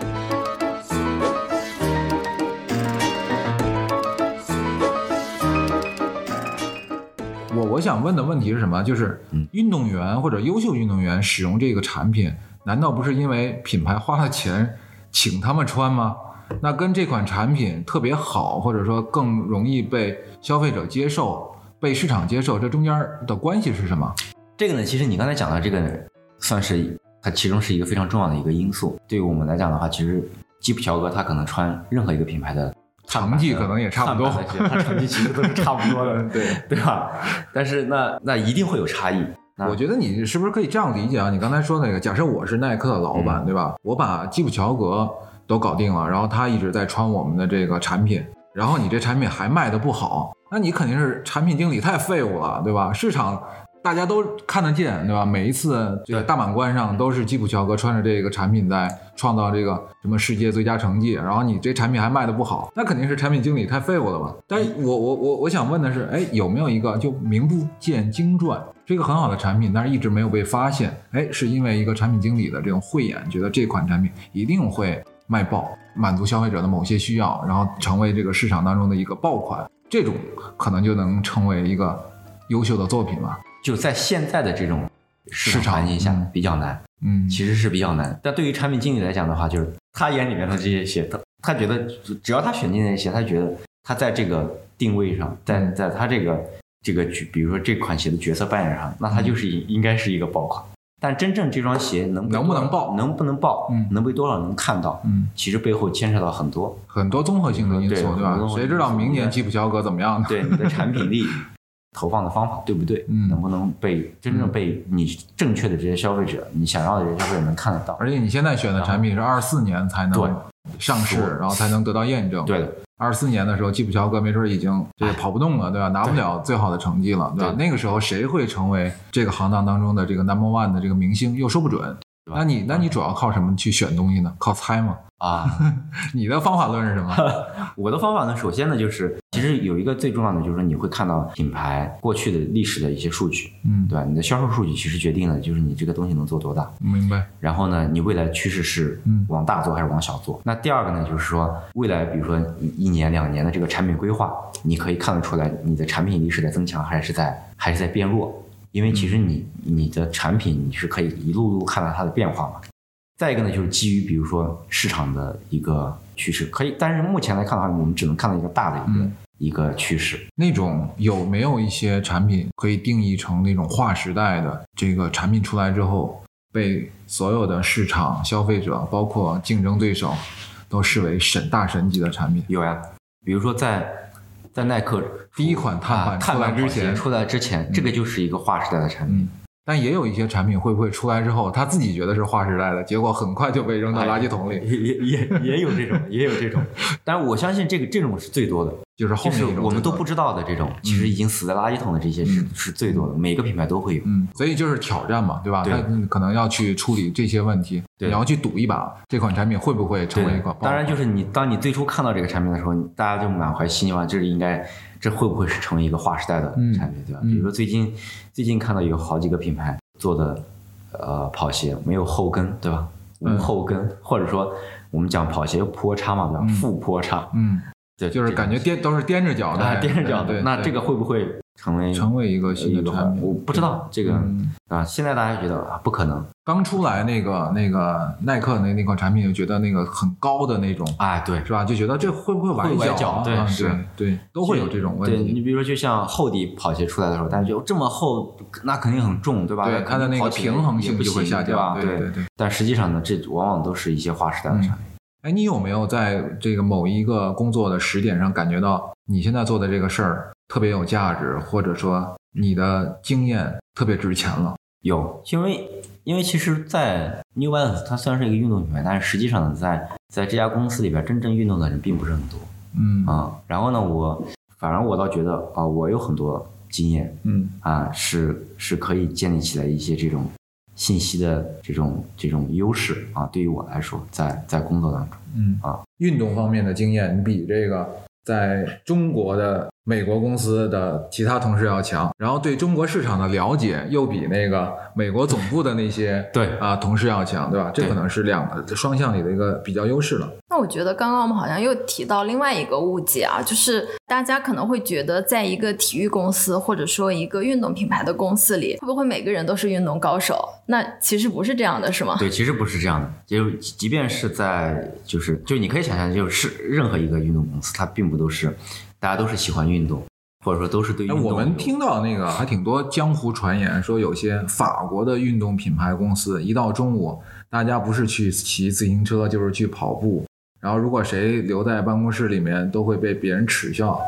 [SPEAKER 3] 我我想问的问题是什么？就是
[SPEAKER 2] 嗯
[SPEAKER 3] 运动员或者优秀运动员使用这个产品，难道不是因为品牌花了钱请他们穿吗？那跟这款产品特别好，或者说更容易被消费者接受、被市场接受，这中间的关系是什么？
[SPEAKER 2] 这个呢，其实你刚才讲的这个呢，算是它其中是一个非常重要的一个因素。对于我们来讲的话，其实基普乔格他可能穿任何一个品牌的碳
[SPEAKER 3] 成
[SPEAKER 2] 板
[SPEAKER 3] 绩
[SPEAKER 2] 的
[SPEAKER 3] 可能也差不多
[SPEAKER 2] 碳板的鞋他成绩其实都是差不多的，
[SPEAKER 3] [LAUGHS] 对，
[SPEAKER 2] 对吧？但是那那一定会有差异。那
[SPEAKER 3] 我觉得你是不是可以这样理解啊？你刚才说那个，假设我是耐克的老
[SPEAKER 2] 嗯
[SPEAKER 3] 板，对吧？我把基普乔格都搞定了，然后他一直在穿我们的这个产品，然后你这产品还卖的不好，那你肯定是产品经理太废物了，对吧？市场大家都看得见，对吧？每一次这个
[SPEAKER 2] 对
[SPEAKER 3] 大满贯上都是基普乔格穿着这个产品在创造这个什么世界最佳成绩，然后你这产品还卖的不好，那肯定是产品经理太废物了吧？但是我我我我想问的是，哎，有没有一个就名不见经传，是一个很好的产品，但是一直没有被发现？哎，是因为一个产品经理的这种慧眼，觉得这款产品一定会卖爆，满足消费者的某些需要，然后成为这个市场当中的一个爆款，这种可能就能成为一个优秀的作品吧？
[SPEAKER 2] 就在现在的这种市
[SPEAKER 3] 市场
[SPEAKER 2] 场环境下
[SPEAKER 3] 嗯
[SPEAKER 2] 比较难，
[SPEAKER 3] 嗯，
[SPEAKER 2] 其实是比较难。但对于产品经理来讲的话，就是他眼里面的这些鞋，他他觉得只只要他选进这些鞋，他觉得他在这个定位上，在
[SPEAKER 3] 嗯
[SPEAKER 2] 在他这个这个角，比如说这款鞋的角色扮演上，那他就是应应该是一个爆款。但真正这双鞋能被
[SPEAKER 3] 嗯能不
[SPEAKER 2] 多少
[SPEAKER 3] 能爆
[SPEAKER 2] 能不能爆，
[SPEAKER 3] 嗯
[SPEAKER 2] 能被多少人看到，
[SPEAKER 3] 嗯，
[SPEAKER 2] 其实背后牵扯到很
[SPEAKER 3] [LAUGHS]
[SPEAKER 2] 多，
[SPEAKER 3] 很多综合性的因素，
[SPEAKER 2] 对
[SPEAKER 3] 对
[SPEAKER 2] 很
[SPEAKER 3] 吧
[SPEAKER 2] 多？综合性的因素
[SPEAKER 3] 谁知道明年基普乔格怎么样呢？
[SPEAKER 2] 对你的产品力、投放的方法对不对，
[SPEAKER 3] 嗯
[SPEAKER 2] 能不能被真正被你正确的这些消费者，你想要的这些消费者能看得到。
[SPEAKER 3] 而且你现在选的产品是二四年才
[SPEAKER 2] 对
[SPEAKER 3] 能上市，然后才能得到验证。
[SPEAKER 2] 对的，
[SPEAKER 3] 二四年的时候，基普乔格没准已经这跑不动了，对吧？拿不了最好的成绩了，对吧？
[SPEAKER 2] 对
[SPEAKER 3] 那个时候谁会成为这个行当当中的这个 number one 的这个明星，又说不准。
[SPEAKER 2] 对吧嗯
[SPEAKER 3] 那你那你主要靠什么去选东西呢？靠猜吗？
[SPEAKER 2] 啊，
[SPEAKER 3] [LAUGHS] 你的方法论是
[SPEAKER 2] [LAUGHS]
[SPEAKER 3] 什么？
[SPEAKER 2] 我的方法呢，首先呢，就是其实有一个最重要的，就是说你会看到品牌过去的历史的一些数据，
[SPEAKER 3] 嗯，
[SPEAKER 2] 对吧？你的销售数据其实决定了就是你这个东西能做多大，
[SPEAKER 3] 明白。
[SPEAKER 2] 然后呢，你未来趋势是
[SPEAKER 3] 嗯
[SPEAKER 2] 往大做还是往小做？那第二个呢，就是说未来，比如说一一年、两年的这个产品规划，你可以看得出来你的产品力是在增强还是在还是在变弱，因为其
[SPEAKER 3] 嗯
[SPEAKER 2] 实你你的产品你是可以一路路看到它的变化嘛。再一个呢，就是基于比如说市场的一个趋势，可以，但是目前来看的话，我们只能看到一个大的一个、
[SPEAKER 3] 嗯
[SPEAKER 2] 一个趋势。
[SPEAKER 3] 那种有没有一些产品可以定义成那种划时代的这个产品出来之后，被所有的市场消费者，包括竞争对手，都视为神大神级的产品？
[SPEAKER 2] 有呀，比如说在在耐克
[SPEAKER 3] 第一款碳板
[SPEAKER 2] 啊
[SPEAKER 3] 出
[SPEAKER 2] 碳
[SPEAKER 3] 来
[SPEAKER 2] 板
[SPEAKER 3] 之
[SPEAKER 2] 跑鞋
[SPEAKER 3] 前
[SPEAKER 2] 出来之前，这个就是一个划时代的产品。
[SPEAKER 3] 嗯但也有一些产品会不会出来之后，他自己觉得是划时代的，结果很快就被扔到垃圾桶里，
[SPEAKER 2] 也也也也有这种，也有这种，但是我相信这个这种是最多的，
[SPEAKER 3] 就是后
[SPEAKER 2] 就
[SPEAKER 3] 面
[SPEAKER 2] 是
[SPEAKER 3] 一种
[SPEAKER 2] 我们都
[SPEAKER 3] 这
[SPEAKER 2] 不
[SPEAKER 3] 个
[SPEAKER 2] 知道的这种，其实已经死在垃圾桶的这些是
[SPEAKER 3] 嗯
[SPEAKER 2] 是最多的，每个品牌都会有。
[SPEAKER 3] 嗯，所以就是挑战嘛，对吧？
[SPEAKER 2] 对
[SPEAKER 3] 他可能要去处理这些问题，
[SPEAKER 2] 对
[SPEAKER 3] 你要去赌一把，这款产品会不会成为一款爆款？
[SPEAKER 2] 当然就是你当你最初看到这个产品的时候，你大家就满怀希望，这应该这会不会是成为一个划时代的
[SPEAKER 3] 嗯
[SPEAKER 2] 产品，对吧？
[SPEAKER 3] 嗯
[SPEAKER 2] 比如说最近最近看到有好几个品牌做的呃跑鞋没有后跟，对吧？无
[SPEAKER 3] 嗯
[SPEAKER 2] 后跟，或者说我们讲跑鞋有坡插嘛，对吧？
[SPEAKER 3] 嗯
[SPEAKER 2] 负坡插，
[SPEAKER 3] 嗯，
[SPEAKER 2] 对，
[SPEAKER 3] 就是
[SPEAKER 2] 这个
[SPEAKER 3] 感觉颠都是颠着脚
[SPEAKER 2] 啊
[SPEAKER 3] 的，，
[SPEAKER 2] 电视角
[SPEAKER 3] 哎对
[SPEAKER 2] 的，
[SPEAKER 3] 对
[SPEAKER 2] 那
[SPEAKER 3] 对
[SPEAKER 2] 这个会不会成为
[SPEAKER 3] 成为一个新
[SPEAKER 2] 一
[SPEAKER 3] 的
[SPEAKER 2] 个
[SPEAKER 3] 产品，
[SPEAKER 2] 我不知道这个
[SPEAKER 3] 嗯
[SPEAKER 2] 啊，现在大家觉得啊不可能
[SPEAKER 3] 刚出来那个那个耐克那那款产品，就觉得那个很高的那种，
[SPEAKER 2] 啊，对，
[SPEAKER 3] 是吧？就觉得这会不会崴
[SPEAKER 2] 会崴
[SPEAKER 3] 脚
[SPEAKER 2] 脚
[SPEAKER 3] 啊？
[SPEAKER 2] 对
[SPEAKER 3] 嗯
[SPEAKER 2] 是
[SPEAKER 3] 对，都会有这种问
[SPEAKER 2] 对你
[SPEAKER 3] 题。嗯
[SPEAKER 2] 比如说，就像厚底跑鞋出来的时候，大家觉得哦这么厚，那肯定很重，对吧？
[SPEAKER 3] 对，它的那个
[SPEAKER 2] 跑起来
[SPEAKER 3] 平衡性
[SPEAKER 2] 也不
[SPEAKER 3] 就会
[SPEAKER 2] 行
[SPEAKER 3] 下
[SPEAKER 2] 对吧？
[SPEAKER 3] 降。对对对。
[SPEAKER 2] 但实际上呢，这往往都是一些划时代的产品。
[SPEAKER 3] 哎，你有没有在这个某一个工作的时点上感觉到你现在做的这个事儿特别有价值，或者说你的经验特别值钱了？
[SPEAKER 2] 有，因为因为其实，在 New Balance 它虽然是一个运动品牌，但是实际上呢，在在这家公司里边，真正运动的人并不是很多
[SPEAKER 3] 嗯
[SPEAKER 2] 啊。然后呢，我反而我倒觉得啊，我有很多经验，
[SPEAKER 3] 嗯
[SPEAKER 2] 啊，是是可以建立起来一些这种信息的这种这种优势啊。对于我来说，在在工作当中，
[SPEAKER 3] 嗯
[SPEAKER 2] 啊，
[SPEAKER 3] 运动方面的经验，你比这个在中国的美国公司的其他同事要强，然后对中国市场的了解又比那个美国总部的那些
[SPEAKER 2] 对
[SPEAKER 3] 啊、同事要强，对吧？这
[SPEAKER 2] 对
[SPEAKER 3] 可能是两个双向里的一个比较优势了。
[SPEAKER 1] 那我觉得刚刚我们好像又提到另外一个误解啊，就是大家可能会觉得，在一个体育公司或者说一个运动品牌的公司里，会不会每个人都是运动高手？那其实不是这样的，是吗？
[SPEAKER 2] 对，其实不是这样的，就即便是在就是就你可以想象，就是任何一个运动公司，它并不都是大家都是喜欢运动，或者说都是对运
[SPEAKER 3] 哎，
[SPEAKER 2] 动有。
[SPEAKER 3] 我们听到那个还挺多江湖传言，说有些法国的运动品牌公司，一到中午，大家不是去骑自行车，就是去跑步。然后，如果谁留在办公室里面，都会被别人耻笑。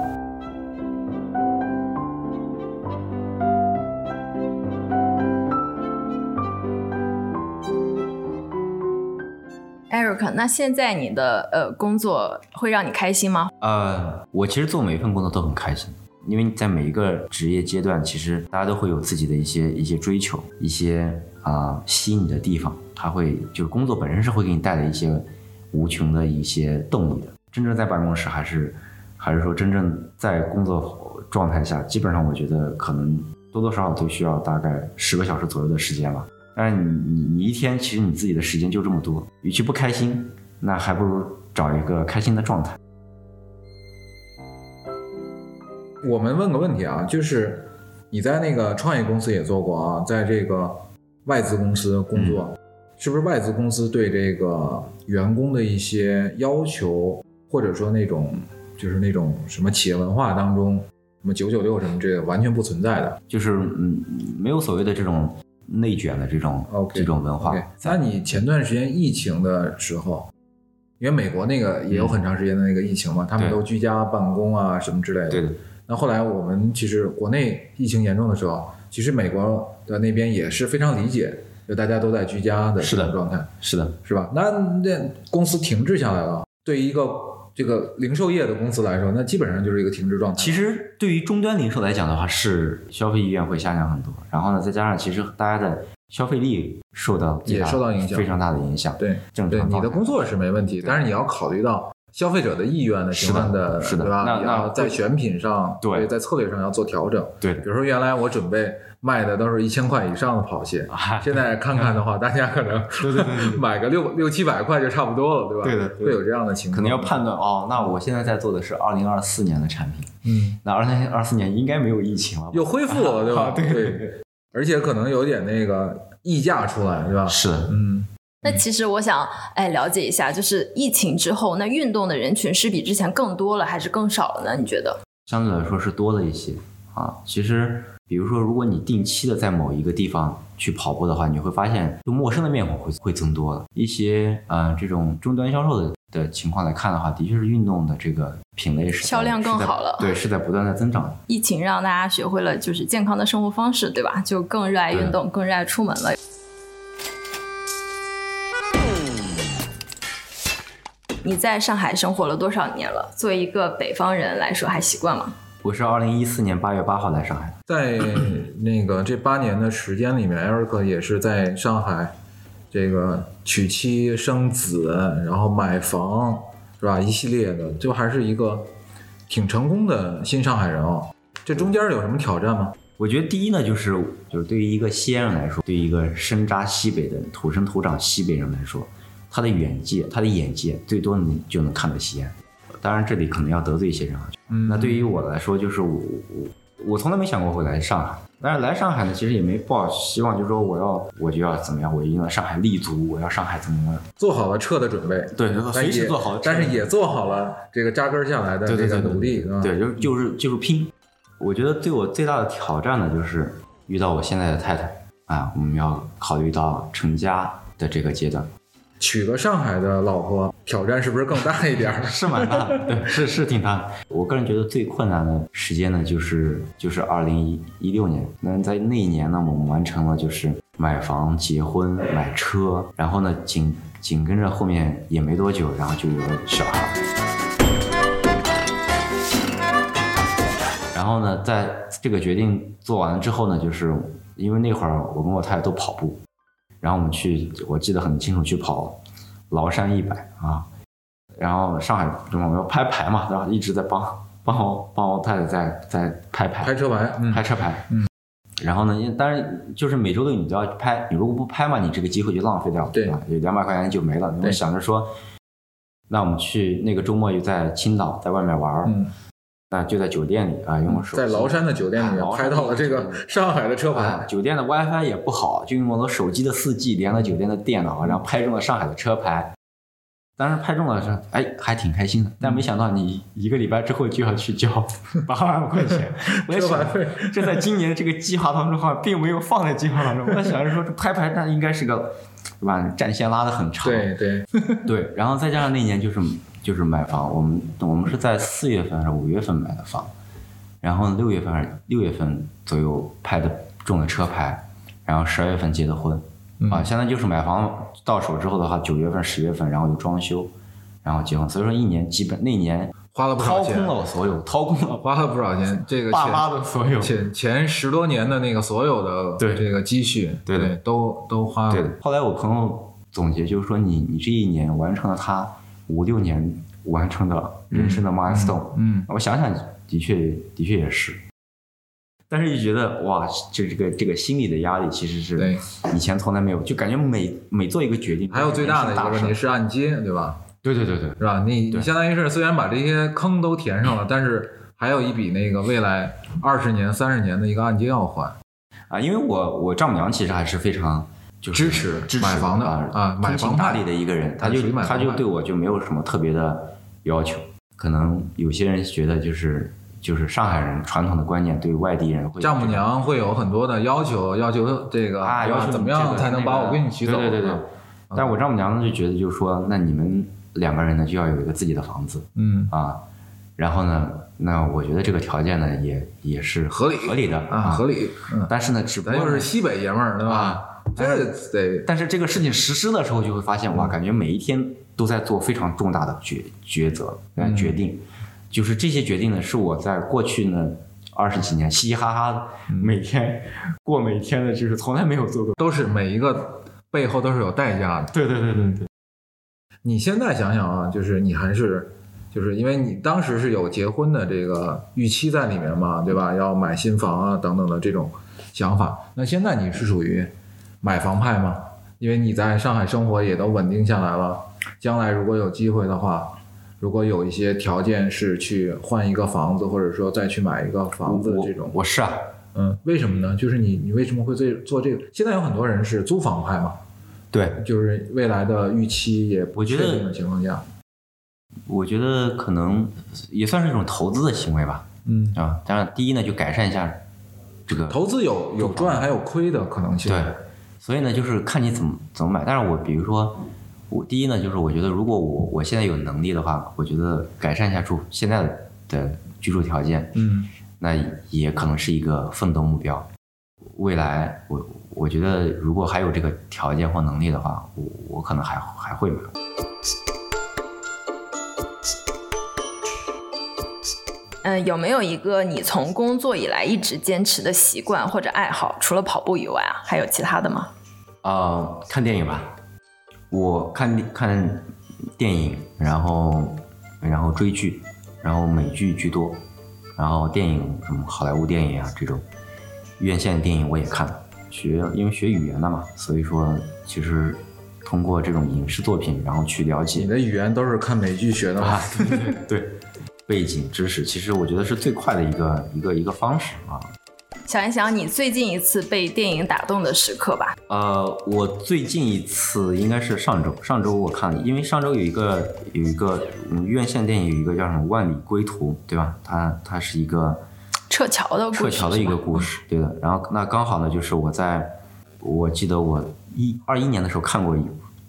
[SPEAKER 1] Eric，那现在你的呃工作会让你开心吗？
[SPEAKER 2] 呃，我其实做每一份工作都很开心，因为在每一个职业阶段，其实大家都会有自己的一些一些追求，一些啊、吸引你的地方，它会就是工作本身是会给你带来一些无穷的一些动力的。真正在办公室，还是还是说真正在工作状态下，基本上我觉得可能多多少少都需要大概十个小时左右的时间吧。但是你你你一天其实你自己的时间就这么多，与其不开心，那还不如找一个开心的状态。
[SPEAKER 3] 我们问个问题啊，就是你在那个创业公司也做过啊，在这个外资公司工作，
[SPEAKER 2] 嗯
[SPEAKER 3] 是不是外资公司对这个员工的一些要求，或者说那种就是那种什么企业文化当中，什么九九六什么这个完全不存在的
[SPEAKER 2] 就是嗯，没有所谓的这种内卷的这种
[SPEAKER 3] OK，
[SPEAKER 2] 这种文化
[SPEAKER 3] ？OK，那你前段时间疫情的时候，因为美国那个也有很长时间的那个疫情嘛，他们
[SPEAKER 2] 嗯对
[SPEAKER 3] 都居家办公啊什么之类的。
[SPEAKER 2] 对的，
[SPEAKER 3] 那后来我们其实国内疫情严重的时候，其实美国的那边也是非常理解，就大家都在居家的
[SPEAKER 2] 是
[SPEAKER 3] 这
[SPEAKER 2] 的
[SPEAKER 3] 种状态，
[SPEAKER 2] 是的，
[SPEAKER 3] 是吧？那那公司停滞下来了，对于一个这个零售业的公司来说，那基本上就是一个停滞状态。
[SPEAKER 2] 其实对于终端零售来讲的话，是消费意愿会下降很多。然后呢，再加上其实大家的消费力受到
[SPEAKER 3] 也
[SPEAKER 2] 最大
[SPEAKER 3] 受到影响
[SPEAKER 2] 非常大的影响。
[SPEAKER 3] 对
[SPEAKER 2] 正常
[SPEAKER 3] 对，
[SPEAKER 2] 状态
[SPEAKER 3] 你的工作是没问题，但是你要考虑到。消费者的意愿的
[SPEAKER 2] 是
[SPEAKER 3] 情况
[SPEAKER 2] 的
[SPEAKER 3] 的，
[SPEAKER 2] 是的
[SPEAKER 3] 对吧？
[SPEAKER 2] 那那
[SPEAKER 3] 要在选品上，
[SPEAKER 2] 对
[SPEAKER 3] 在策略上要做调整。
[SPEAKER 2] 对
[SPEAKER 3] 比
[SPEAKER 2] 的，
[SPEAKER 3] 如说，原来我准备卖的都是一千块以上的跑鞋，
[SPEAKER 2] 啊
[SPEAKER 3] 现在看看的话，大家可能买个六六七百块就差不多了，对吧？
[SPEAKER 2] 对的对的
[SPEAKER 3] 会有这样的情况，
[SPEAKER 2] 可能要判断哦，那我现在在做的是二零二四年的产品，
[SPEAKER 3] 嗯，
[SPEAKER 2] 那二零二四年应该没有疫情了吧。
[SPEAKER 3] 又恢复了，对吧？
[SPEAKER 2] [LAUGHS] 啊对对对
[SPEAKER 3] 对，而且可能有点那个溢价出来，对吧？
[SPEAKER 2] 是的，
[SPEAKER 3] 嗯，
[SPEAKER 1] 那其实我想哎了解一下，就是疫情之后，那运动的人群是比之前更多了还是更少了呢？你觉得？
[SPEAKER 2] 相对来说是多了一些啊。其实，比如说，如果你定期的在某一个地方去跑步的话，你会发现，就陌生的面孔会会增多了。一些呃这种终端销售的的情况来看的话，的确是运动的这个品类是在
[SPEAKER 1] 销量更
[SPEAKER 2] 是在
[SPEAKER 1] 好了
[SPEAKER 2] 对，是在不断的增长的。
[SPEAKER 1] 疫情让大家学会了就是健康的生活方式，对吧？就更热爱运动，更热爱出门了。你在上海生活了多少年了？作为一个北方人来说，还习惯吗？
[SPEAKER 2] 我是二零一四年八月八号来上海的，
[SPEAKER 3] 在那个这八年的时间里面，艾瑞克也是在上海这个娶妻生子，然后买房，是吧？一系列的，就还是一个挺成功的新上海人哦。这中间有什么挑战吗？
[SPEAKER 2] 我觉得第一呢，就是就是对于一个西安人来说，对于一个生扎西北的土生土长西北人来说，他的远界，他的眼界，最多你就能看到西安。当然，这里可能要得罪一些人啊，
[SPEAKER 3] 嗯，
[SPEAKER 2] 那对于我来说，就是我我我从来没想过会来上海，但是来上海呢，其实也没抱希望，就是说我要我就要怎么样，我一定要上海立足，我要上海怎么样？
[SPEAKER 3] 做好了撤的准备，
[SPEAKER 2] 对
[SPEAKER 3] 但也但是也做好了这个扎根下来的
[SPEAKER 2] 对
[SPEAKER 3] 这
[SPEAKER 2] 对
[SPEAKER 3] 个
[SPEAKER 2] 对对
[SPEAKER 3] 努力，吧
[SPEAKER 2] 对，啊就是就是就是拼。我觉得对我最大的挑战呢，就是遇到我现在的太太啊，我们要考虑到成家的这个阶段，
[SPEAKER 3] 娶个上海的老婆，挑战是不是更大一点儿？ [LAUGHS]
[SPEAKER 2] [LAUGHS] 是蛮大的，对，是是挺大的。我个人觉得最困难的时间呢，就是就是二零一六年。那在那一年呢，我们完成了就是买房、结婚、买车，然后呢，紧紧跟着后面也没多久，然后就有了小孩儿。然后呢，在这个决定做完了之后呢，就是因为那会儿我跟我太太都跑步，然后我们去，我记得很清楚，去跑崂山一百啊，然后上海这边我们要拍牌嘛，然后一直在帮帮我帮我太太在在拍牌
[SPEAKER 3] 开车牌，嗯
[SPEAKER 2] 拍车牌，嗯，然后呢，因为当然就是每周六你都要去拍，你如果不拍嘛，你这个机会就浪费掉了，
[SPEAKER 3] 对
[SPEAKER 2] 吧？有两百块钱就没了。我
[SPEAKER 3] 对
[SPEAKER 2] 想着说，那我们去那个周末又在青岛，在外面玩儿，
[SPEAKER 3] 嗯，
[SPEAKER 2] 那就在酒店里啊，用我手机
[SPEAKER 3] 在崂山的酒店里面
[SPEAKER 2] 哎崂山
[SPEAKER 3] 拍到了这个上海的车
[SPEAKER 2] 啊
[SPEAKER 3] 牌，
[SPEAKER 2] 酒店的 WiFi 也不好，就用我的手机的 4G 连了酒店的电脑，
[SPEAKER 3] 嗯
[SPEAKER 2] 然后拍中了上海的车牌。当时拍中了是，哎，还挺开心的。但
[SPEAKER 3] 嗯
[SPEAKER 2] 没想到你一个礼拜之后就要去交 [LAUGHS] 八万块
[SPEAKER 3] [LAUGHS]
[SPEAKER 2] 钱，我也
[SPEAKER 3] 车
[SPEAKER 2] 想
[SPEAKER 3] 牌费，
[SPEAKER 2] 这在今年这个计划当中好像并没有放在计划当中。我想着说，这拍牌那应该是个，对吧？战线拉得很长。
[SPEAKER 3] 对对，
[SPEAKER 2] 对，然后再加上那年就是就是买房，我们我们是在四月份还是五月份买的房，然后六月份还是六月份左右拍的中了车牌，然后十二月份结的婚，
[SPEAKER 3] 嗯
[SPEAKER 2] 啊，相当于就是买房到手之后的话，九月份、十月份，然后就装修，然后结婚，所以说一年基本那年
[SPEAKER 3] 花了不少
[SPEAKER 2] 掏
[SPEAKER 3] 钱
[SPEAKER 2] 空，了我所有，掏空了
[SPEAKER 3] 花了不少钱，这个
[SPEAKER 2] 爸
[SPEAKER 3] [LAUGHS] 钱
[SPEAKER 2] 妈的所有。
[SPEAKER 3] 前前十多年的那个所有的
[SPEAKER 2] 对
[SPEAKER 3] 这个积蓄，
[SPEAKER 2] 对的
[SPEAKER 3] 都都花
[SPEAKER 2] 对
[SPEAKER 3] 了
[SPEAKER 2] 的，后来我朋友总结就是说你，你这一年完成了他五六年完成的人生的 milestone，、
[SPEAKER 3] 嗯，
[SPEAKER 2] 我想想，的确，的确也是。但是就觉得哇，这这个这个心理的压力其实是
[SPEAKER 3] 对，
[SPEAKER 2] 以前从来没有，就感觉每每做一个决定，
[SPEAKER 3] 还有最大的一个问
[SPEAKER 2] 都
[SPEAKER 3] 题
[SPEAKER 2] 是
[SPEAKER 3] 是按揭，对吧？
[SPEAKER 2] 对对对对
[SPEAKER 3] 是吧？你你
[SPEAKER 2] 对
[SPEAKER 3] 相当于是虽然把这些坑都填上了，但是还有一笔那个未来二十年、三十年的一个按揭要还，
[SPEAKER 2] 啊，因为我我丈母娘其实还是非常就是
[SPEAKER 3] 支持
[SPEAKER 2] 支持
[SPEAKER 3] 买房的啊
[SPEAKER 2] 啊，
[SPEAKER 3] 买
[SPEAKER 2] 通情
[SPEAKER 3] 房
[SPEAKER 2] 达
[SPEAKER 3] 派
[SPEAKER 2] 理的一个人，他
[SPEAKER 3] 啊属于
[SPEAKER 2] 就
[SPEAKER 3] 买
[SPEAKER 2] 他
[SPEAKER 3] 房
[SPEAKER 2] 就
[SPEAKER 3] 派
[SPEAKER 2] 对我就没有什么特别的要求。可能有些人觉得就是就是上海人传统的观念对外地人会
[SPEAKER 3] 丈母
[SPEAKER 2] 这种
[SPEAKER 3] 娘会有很多的要求，要求这个
[SPEAKER 2] 啊，
[SPEAKER 3] 对
[SPEAKER 2] 要
[SPEAKER 3] 吧
[SPEAKER 2] 求
[SPEAKER 3] 怎
[SPEAKER 2] 你
[SPEAKER 3] 么
[SPEAKER 2] 这
[SPEAKER 3] 样
[SPEAKER 2] 个
[SPEAKER 3] 才能
[SPEAKER 2] 那
[SPEAKER 3] 把
[SPEAKER 2] 个
[SPEAKER 3] 我闺女娶走？
[SPEAKER 2] 对对对对
[SPEAKER 3] 啊。
[SPEAKER 2] 但我丈母娘呢就觉得就是说，那你们两个人呢就要有一个自己的房子
[SPEAKER 3] 嗯
[SPEAKER 2] 啊，然后呢，那我觉得这个条件呢也也是
[SPEAKER 3] 合理
[SPEAKER 2] 合理的
[SPEAKER 3] 啊，合。理，嗯，
[SPEAKER 2] 但是呢，只不
[SPEAKER 3] 咱
[SPEAKER 2] 过
[SPEAKER 3] 又是
[SPEAKER 2] 呢
[SPEAKER 3] 西北爷们儿，对吧
[SPEAKER 2] 啊？
[SPEAKER 3] 这得
[SPEAKER 2] 但是这个事情实施的时候，就会发现哇，感觉每一天都在做非常重大的抉抉择来决
[SPEAKER 3] 嗯
[SPEAKER 2] 定，就是这些决定呢，是我在过去呢二十几年嘻嘻哈哈的
[SPEAKER 3] 嗯
[SPEAKER 2] 每天过每天的，就是从来没有做过。
[SPEAKER 3] 都是每一个背后都是有代价的。
[SPEAKER 2] 对对对对对，
[SPEAKER 3] 你现在想想啊，就是你还是，就是因为你当时是有结婚的这个预期在里面嘛，对吧？要买新房啊等等的这种想法。那现在你是属于买房派吗？因为你在上海生活也都稳定下来了，将来如果有机会的话，如果有一些条件是去换一个房子，或者说再去买一个房子的这种
[SPEAKER 2] 我，我是啊，
[SPEAKER 3] 嗯，为什么呢？就是你你为什么会这做这个？现在有很多人是租房派嘛，
[SPEAKER 2] 对，
[SPEAKER 3] 就是未来的预期也不
[SPEAKER 2] 我
[SPEAKER 3] 确
[SPEAKER 2] 觉得
[SPEAKER 3] 定的情况下，
[SPEAKER 2] 我觉得可能也算是一种投资的行为吧，
[SPEAKER 3] 嗯。
[SPEAKER 2] 啊，当然第一呢就改善一下这个，
[SPEAKER 3] 投资有有赚还有亏的可能性。
[SPEAKER 2] 对，所以呢就是看你怎么怎么买。但是我比如说，我第一呢就是我觉得如果我我现在有能力的话，我觉得改善一下住现在的的居住条件，
[SPEAKER 3] 嗯，
[SPEAKER 2] 那也可能是一个奋斗目标。未来我我觉得如果还有这个条件或能力的话，我我可能还还会买。
[SPEAKER 1] 嗯，有没有一个你从工作以来一直坚持的习惯或者爱好？除了跑步以外啊，还有其他的吗？
[SPEAKER 2] 呃，看电影吧，我看电看电影，然后然后追剧，然后美剧居多，然后电影什么好莱坞电影啊这种，院线电影我也看。学因为学语言的嘛，所以说其实通过这种影视作品，然后去了
[SPEAKER 3] 你
[SPEAKER 2] 解
[SPEAKER 3] 的语言都是看美剧学的
[SPEAKER 2] 啊
[SPEAKER 3] 吗？
[SPEAKER 2] 对背景知识，其实我觉得是最快的一个一个一个方式啊。
[SPEAKER 1] 想一想你最近一次被电影打动的时刻吧。
[SPEAKER 2] 呃，我最近一次应该是上周，上周我看了，因为上周有一个有一个嗯院线电影有一个叫什么《万里归途》，对吧？它它是一个
[SPEAKER 1] 撤侨的故事，
[SPEAKER 2] 撤侨的一个故事，对的。然后那刚好呢，就是我在我记得我一二一年的时候看过一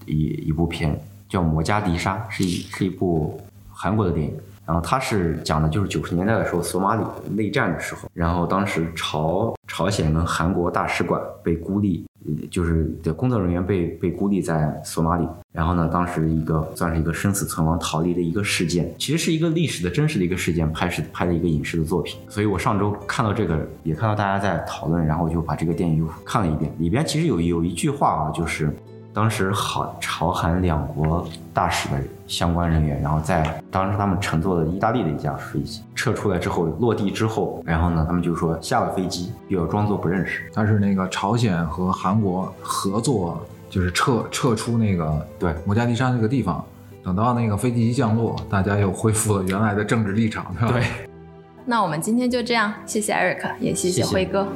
[SPEAKER 2] 一一部片叫《摩加迪沙》，是一是一部韩国的电影。然后它是讲的就是九十年代的时候，索马里内战的时候，然后当时朝朝鲜跟韩国大使馆被孤立，呃就是的工作人员被被孤立在索马里。然后呢，当时一个算是一个生死存亡逃离的一个事件，其实是一个历史的真实的一个事件拍摄拍的一个影视的作品。所以我上周看到这个，也看到大家在讨论，然后我就把这个电影又看了一遍。里边其实有有一句话啊，就是当时好朝韩两国大使的相关人员，然后在当时他们乘坐的意大利的一架飞机，撤出来之后落地之后，然后呢，他们就说下了飞机又要装作不认识，
[SPEAKER 3] 它是那个朝鲜和韩国合作，就是撤撤出那个
[SPEAKER 2] 对
[SPEAKER 3] 摩加迪沙那个地方。等到那个飞机一降落，大家又恢复了原来的政治立场，对吧？
[SPEAKER 2] 对
[SPEAKER 1] 那我们今天就这样，谢谢 Eric，也谢
[SPEAKER 2] 谢谢
[SPEAKER 1] 辉哥。